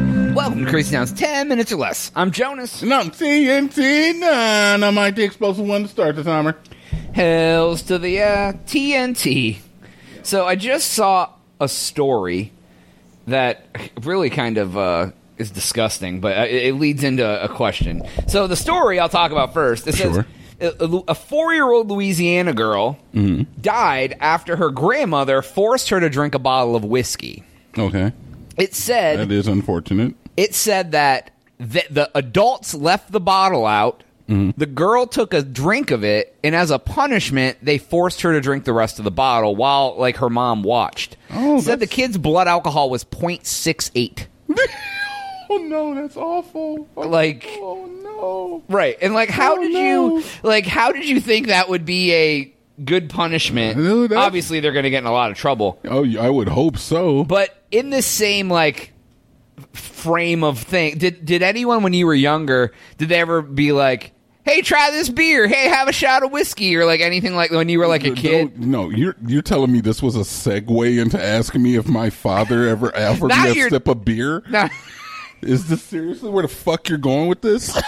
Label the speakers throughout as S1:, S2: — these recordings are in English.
S1: to Crazy Town's 10 minutes or less. I'm Jonas.
S2: And I'm TNT9. I might the explosive one to start the timer.
S1: Hells to the uh, TNT. So I just saw a story that really kind of uh, is disgusting, but uh, it, it leads into a question. So the story I'll talk about first. It says
S2: Sure.
S1: a- a, a four-year-old Louisiana girl Mm-hmm. died after her grandmother forced her to drink a bottle of whiskey.
S2: Okay.
S1: It said
S2: That is unfortunate.
S1: it said that the, the adults left the bottle out. The girl took a drink of it, and as a punishment, they forced her to drink the rest of the bottle while, like, her mom watched.
S2: Oh,
S1: said the
S2: that's-
S1: kid's blood alcohol was 0.68.
S2: Oh no, that's awful. Oh,
S1: Like-
S2: oh no.
S1: Right, and like, how
S2: Oh,
S1: did
S2: no.
S1: you like? How did you think that would be a good punishment?
S2: No, that's-
S1: Obviously, they're going to get in a lot of trouble.
S2: Oh, yeah, I would hope so.
S1: But in this same like frame of thing, did did anyone when you were younger did they ever be like, "Hey, try this beer. Hey, have a shot of whiskey," or like anything like when you were like a
S2: Don't-
S1: kid?
S2: no, you're you're telling me this was a segue into asking me if my father ever offered
S1: Now
S2: me a
S1: you're-
S2: sip of beer.
S1: No.
S2: Is this seriously where the fuck you're going with this?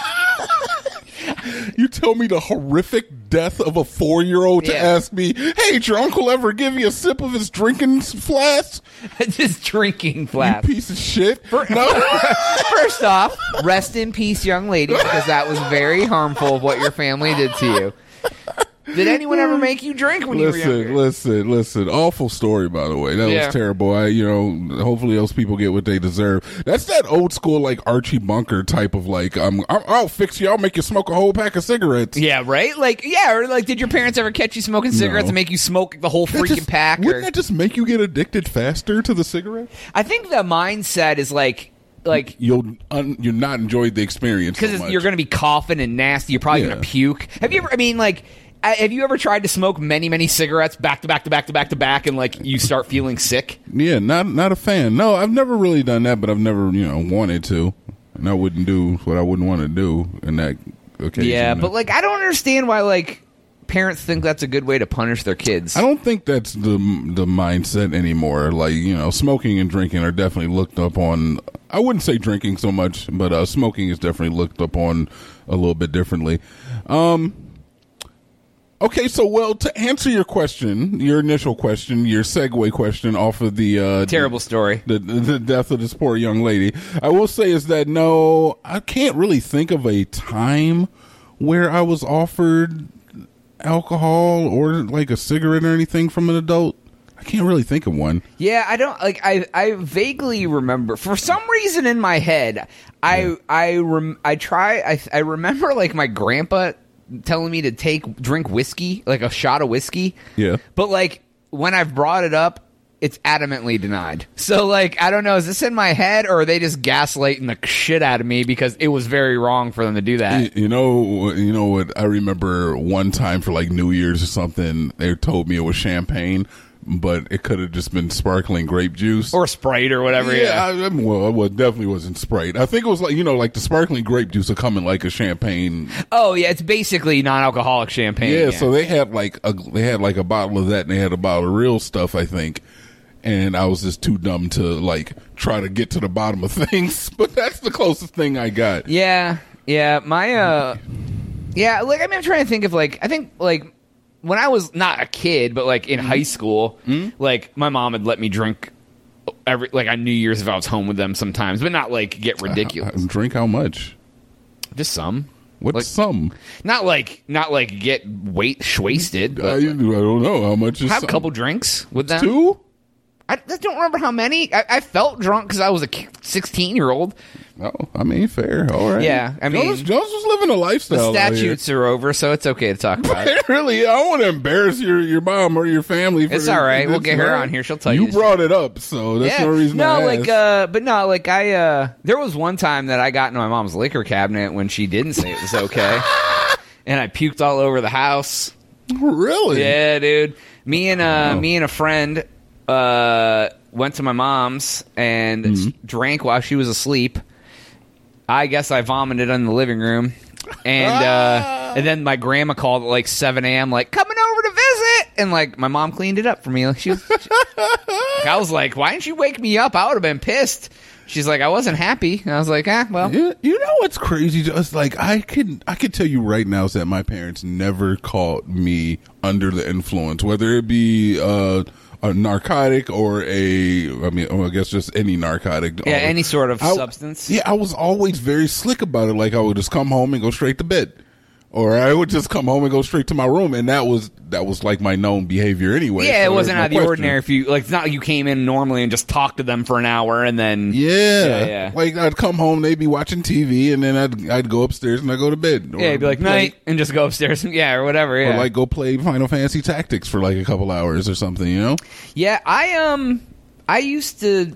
S2: you tell me the horrific death of a four year old to
S1: Yeah.
S2: ask me, hey, did your uncle ever give you a sip of his drinking flask?
S1: Just drinking flat.
S2: Piece of shit.
S1: First off, rest in peace, young lady, because that was very harmful of what your family did to you. Did anyone ever make you drink when you were
S2: listen,
S1: younger?
S2: listen, listen. Awful story, by the way. That
S1: Yeah.
S2: was terrible. I, you know, hopefully those people get what they deserve. That's that old school like Archie Bunker type of like, um, I'll, I'll fix you. I'll make you smoke a whole pack of cigarettes.
S1: Yeah, right. Like, yeah, or like, did your parents ever catch you smoking cigarettes
S2: No.
S1: and make you smoke the whole
S2: That
S1: freaking
S2: just-
S1: pack?
S2: Wouldn't
S1: or-
S2: that just make you get addicted faster to the cigarette?
S1: I think the mindset is like like
S2: You'll un, you not enjoy the experience Mm, so
S1: because
S2: much.
S1: you're going to be coughing and nasty. You're probably
S2: Yeah.
S1: going to puke. Have you ever? I mean, like. uh, Have you ever tried to smoke many, many cigarettes back to back to back to back to back, and like you start feeling sick?
S2: yeah, not not a fan. No, I've never really done that, but I've never you know wanted to, and I wouldn't do what I wouldn't want to do in that occasion.
S1: Yeah, but like I don't understand why like parents think that's a good way to punish their kids.
S2: I don't think that's the the mindset anymore. Like you know, smoking and drinking are definitely looked up on. I wouldn't say drinking so much, but uh, smoking is definitely looked up on a little bit differently. Um, okay, so well to answer your question, your initial question, your segue question off of the uh,
S1: Terrible story.
S2: the, the death of this poor young lady. I will say is that no, I can't really think of a time where I was offered alcohol or like a cigarette or anything from an adult. I can't really think of one.
S1: Yeah, I don't like. I I vaguely remember for some reason in my head. I I rem, I try. I I remember like my grandpa telling me to take drink whiskey, like a shot of whiskey.
S2: Yeah.
S1: But like when I've brought it up, it's adamantly denied. So like I don't know. Is this in my head or are they just gaslighting the shit out of me because it was very wrong for them to do that?
S2: You know, you know what? I remember one time for like New Year's or something, they told me it was champagne, but it could have just been sparkling grape juice
S1: or Sprite or whatever. Yeah.
S2: Yeah, I, I, well, I was- definitely wasn't Sprite. I think it was like you know, like the sparkling grape juice would come in like a champagne
S1: oh yeah, it's basically non-alcoholic champagne.
S2: Yeah, so they had like a they had like a bottle of that, and they had a bottle of real stuff, I think. And I was just too dumb to like try to get to the bottom of things, but that's the closest thing I got.
S1: Yeah, yeah. My uh, yeah. Like I mean, I'm trying to think of like I think like when I was not a kid, but like
S2: Mm-hmm.
S1: in high school, like my mom would let me drink every like on New Year's if I was home with them sometimes, but not like
S2: Uh,
S1: get ridiculous.
S2: I- drink how much?
S1: Just some.
S2: What's
S1: Like-
S2: some?
S1: Not like not like get weight wasted,
S2: I, I
S1: but
S2: don't know how much is
S1: uh, have a
S2: Uh, some?
S1: couple drinks with them.
S2: two.
S1: I, I don't remember how many. I, I felt drunk because I was a 16 year old.
S2: Oh, I mean, fair. All right.
S1: Yeah, I mean-
S2: Jones, Jones was living a
S1: The
S2: lifestyle. out here.
S1: statutes are over, so it's okay to talk about. it.
S2: really, I don't want to embarrass your, your mom or your family. For
S1: It's all right. We'll
S2: it's
S1: get her
S2: all right.
S1: on here. She'll tell you
S2: You
S1: the
S2: brought it up, so that's
S1: yeah.
S2: no reason.
S1: No,
S2: to
S1: like,
S2: ask.
S1: uh, but no, like I, uh, there was one time that I got into my mom's liquor cabinet when she didn't say it was okay, and I puked all over the house.
S2: really?
S1: uh, Yeah, dude. Me and uh,
S2: Wow.
S1: me and a friend uh, went to my mom's and
S2: Mm-hmm.
S1: drank while she was asleep. I guess I vomited in the living room, and
S2: Ah!
S1: uh, and then my grandma called at like seven a.m. like coming over to visit, and like my mom cleaned it up for me. Like she was, I was like, why didn't you wake me up? I would have been pissed. She's like, I wasn't happy. And I was like, ah, well,
S2: You, you know what's crazy? Just like I can, I can tell you right now is that my parents never caught me under the influence, whether it be uh, a narcotic or a, I mean, oh, I guess just any narcotic. Um,
S1: yeah, any sort of
S2: I-
S1: substance.
S2: Yeah, I was always very slick about it. Like I would just come home and go straight to bed, or I would just come home and go straight to my room, and that was that was like my known behavior anyway.
S1: Yeah,
S2: so
S1: it wasn't
S2: there's no
S1: out of the
S2: question.
S1: ordinary if you like. It's not like you came in normally and just talked to them for an hour and then
S2: Yeah.
S1: yeah, yeah.
S2: like I'd come home, they'd be watching TV, and then I'd I'd go upstairs and I'd go to bed. Or
S1: yeah, you'd be like
S2: play-
S1: night and just go upstairs, yeah, or whatever.
S2: or
S1: Yeah,
S2: like go play Final Fantasy Tactics for like a couple hours or something. You know,
S1: yeah. I um, I used to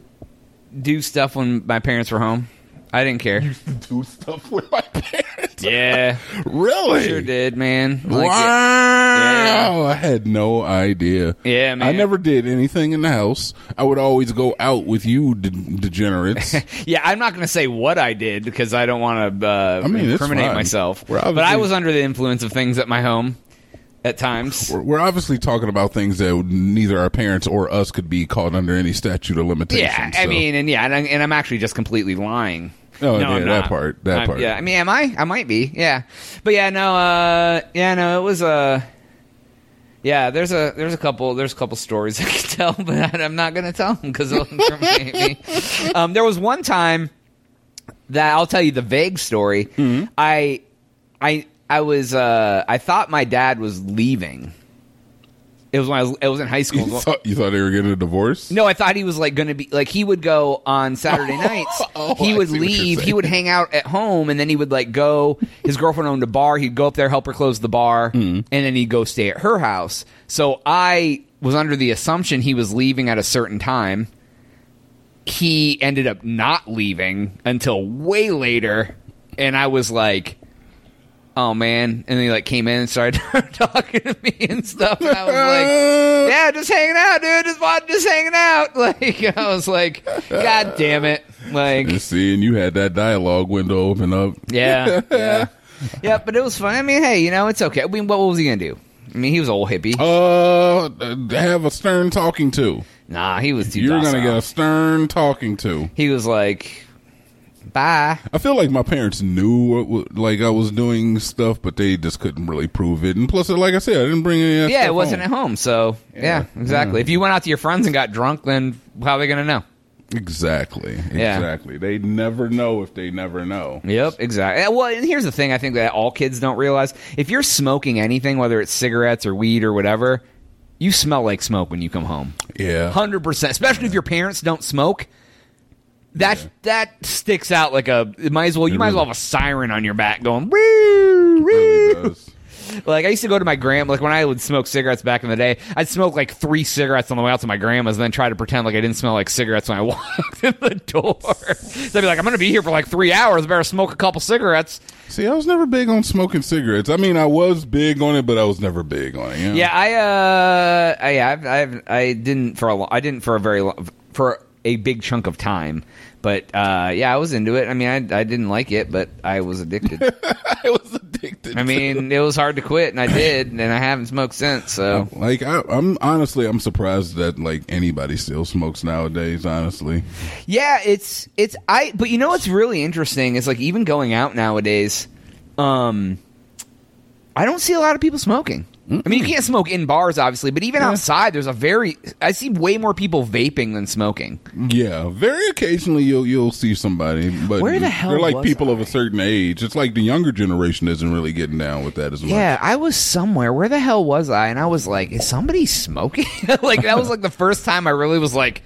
S1: do stuff when my parents were home. I didn't care.
S2: do stuff with my parents.
S1: yeah,
S2: Really?
S1: sure did, man. Like, yeah.
S2: wow! I had no idea.
S1: Yeah, man.
S2: I never did anything in the house. I would always go out with you de- degenerates.
S1: Yeah, I'm not going to say what I did because I don't want to uh,
S2: I mean, it's
S1: incriminate
S2: fine.
S1: myself.
S2: We're
S1: But I
S2: obviously-
S1: was under the influence of things at my home at times.
S2: we're, we're obviously talking about things that neither our parents or us could be caught under any statute of limitation.
S1: Yeah, I
S2: so-
S1: mean, and yeah, and I'm, and I'm actually just completely lying.
S2: Oh, yeah,
S1: I'm
S2: that
S1: not.
S2: part, that
S1: I'm-
S2: part.
S1: Yeah, I mean, am I? I might be. Yeah, but yeah, no, uh, yeah, no, it was Uh, yeah, there's a there's a couple there's a couple stories I could tell, but I'm not gonna tell them because it'll incriminate me. Um, there was one time that I'll tell you the vague story.
S2: Mm-hmm.
S1: I I I was uh, I thought my dad was leaving. It was when I was, it was in high school.
S2: you thought, you thought they were getting a divorce?
S1: No, I thought he was like going to be like he would go on Saturday nights.
S2: Oh,
S1: he
S2: I
S1: would
S2: see what you're
S1: leave. He
S2: saying.
S1: would hang out at home, and then he would like go. His girlfriend owned a bar. He'd go up there, help her close the bar,
S2: Mm-hmm.
S1: and then he'd go stay at her house. So I was under the assumption he was leaving at a certain time. He ended up not leaving until way later, and I was like. Oh man! And then he like came in and started talking to me and stuff. And I was like,
S2: Uh,
S1: yeah, just hanging out, dude. Just wa- just hanging out. Like I was like, God damn it. Like
S2: And see, and you had that dialogue window open up.
S1: yeah, yeah, yeah. But it was fun. I mean, hey, you know, it's okay. I mean, what was he gonna do? I mean, he was an old hippie.
S2: Uh, have a stern talking to.
S1: Nah, he was too.
S2: You're
S1: docile.
S2: gonna get a stern talking to.
S1: He was like, bye.
S2: I feel like my parents knew what, what like I was doing stuff, but they just couldn't really prove it. And plus, like I said, I didn't bring any. of that
S1: Yeah, it
S2: stuff
S1: wasn't at
S2: home.
S1: home, so yeah,
S2: Yeah.
S1: exactly. If you went out to your friends and got drunk, then how are they gonna know?
S2: exactly.
S1: Yeah.
S2: Exactly. They never know if they never know.
S1: Yep, exactly. And, Well, and here's the thing I think that all kids don't realize. If you're smoking anything, whether it's cigarettes or weed or whatever, you smell like smoke when you come home.
S2: Yeah.
S1: Hundred percent. Especially if your parents don't smoke. That that sticks out like a. It might as well. You
S2: It
S1: might as well
S2: really-
S1: have a siren on your back going. Woo,
S2: Really
S1: woo.
S2: does.
S1: Like I used to go to my grand. Like when I would smoke cigarettes back in the day, I'd smoke like three cigarettes on the way out to my grandma's, and then try to pretend like I didn't smell like cigarettes when I walked in the door. so I'd be like, I'm going to be here for like three hours. Better smoke a couple cigarettes.
S2: See, I was never big on smoking cigarettes. I mean, I was big on it, but I was never big on it. you know?
S1: Yeah, I uh, I I've, I've, I didn't for a lo- I didn't for a very long, for a big chunk of time, but uh, yeah, I was into it. I mean, I I didn't like it, but I was addicted.
S2: I was addicted.
S1: I
S2: to
S1: mean, it was hard to quit, and I did, and I haven't smoked since. So
S2: Like I, I'm honestly, I'm surprised that like anybody still smokes nowadays. Honestly,
S1: Oh. yeah, it's it's I. But you know what's really interesting is like even going out nowadays, um, I don't see a lot of people smoking. I mean, you can't smoke in bars, obviously, but even outside, there's a very I see way more people vaping than smoking.
S2: yeah. Very occasionally, you'll you'll see somebody, but
S1: Where the hell
S2: they're like
S1: was
S2: people of
S1: I?
S2: a certain age. It's like the younger generation isn't really getting down with that as much.
S1: Yeah, I was somewhere. Where the hell was I? And I was like, is somebody smoking? like that was like the first time I really was like,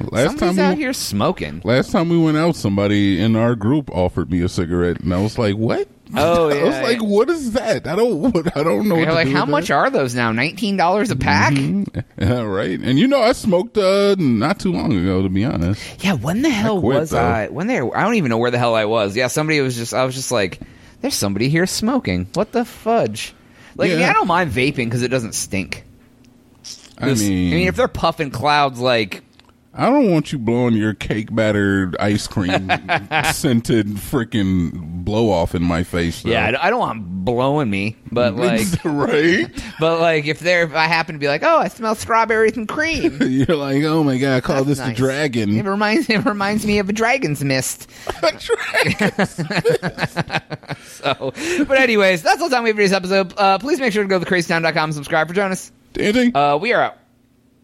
S2: Last
S1: somebody's
S2: time we-
S1: out here smoking.
S2: Last time we went out, somebody in our group offered me a cigarette, and I was like, "What?"
S1: Oh,
S2: I
S1: yeah,
S2: was like,
S1: yeah.
S2: "What is that? I don't. What, I don't know." What
S1: You're
S2: to
S1: like,
S2: do
S1: how
S2: with
S1: much
S2: that." Mm-hmm.
S1: are those now? Nineteen dollars a pack?
S2: Yeah, right. And you know, I smoked uh, not too long ago. To be honest,
S1: Yeah. When the hell
S2: quit,
S1: was
S2: though.
S1: I? When there? I don't even know where the hell I was. Yeah. Somebody was just. I was just like, there's somebody here smoking. What the fudge? Like, I, mean,
S2: Yeah.
S1: I don't mind vaping because it doesn't stink.
S2: I mean,
S1: I mean, if they're puffing clouds like
S2: I don't want you blowing your cake battered ice cream scented freaking blow off in my face. Though.
S1: Yeah, I don't- I don't want 'em blowing me, but like,
S2: right?
S1: but like if there, if I happen to be like, oh, I smell strawberries and cream.
S2: You're like, oh my god, call this
S1: That's
S2: the
S1: nice. It
S2: dragon.
S1: reminds it reminds me of a dragon's mist. So, but anyways, that's all the time we have for this episode. Uh, please make sure to go to crazytown.com and subscribe for Jonas.
S2: Danny?
S1: Uh, we are out.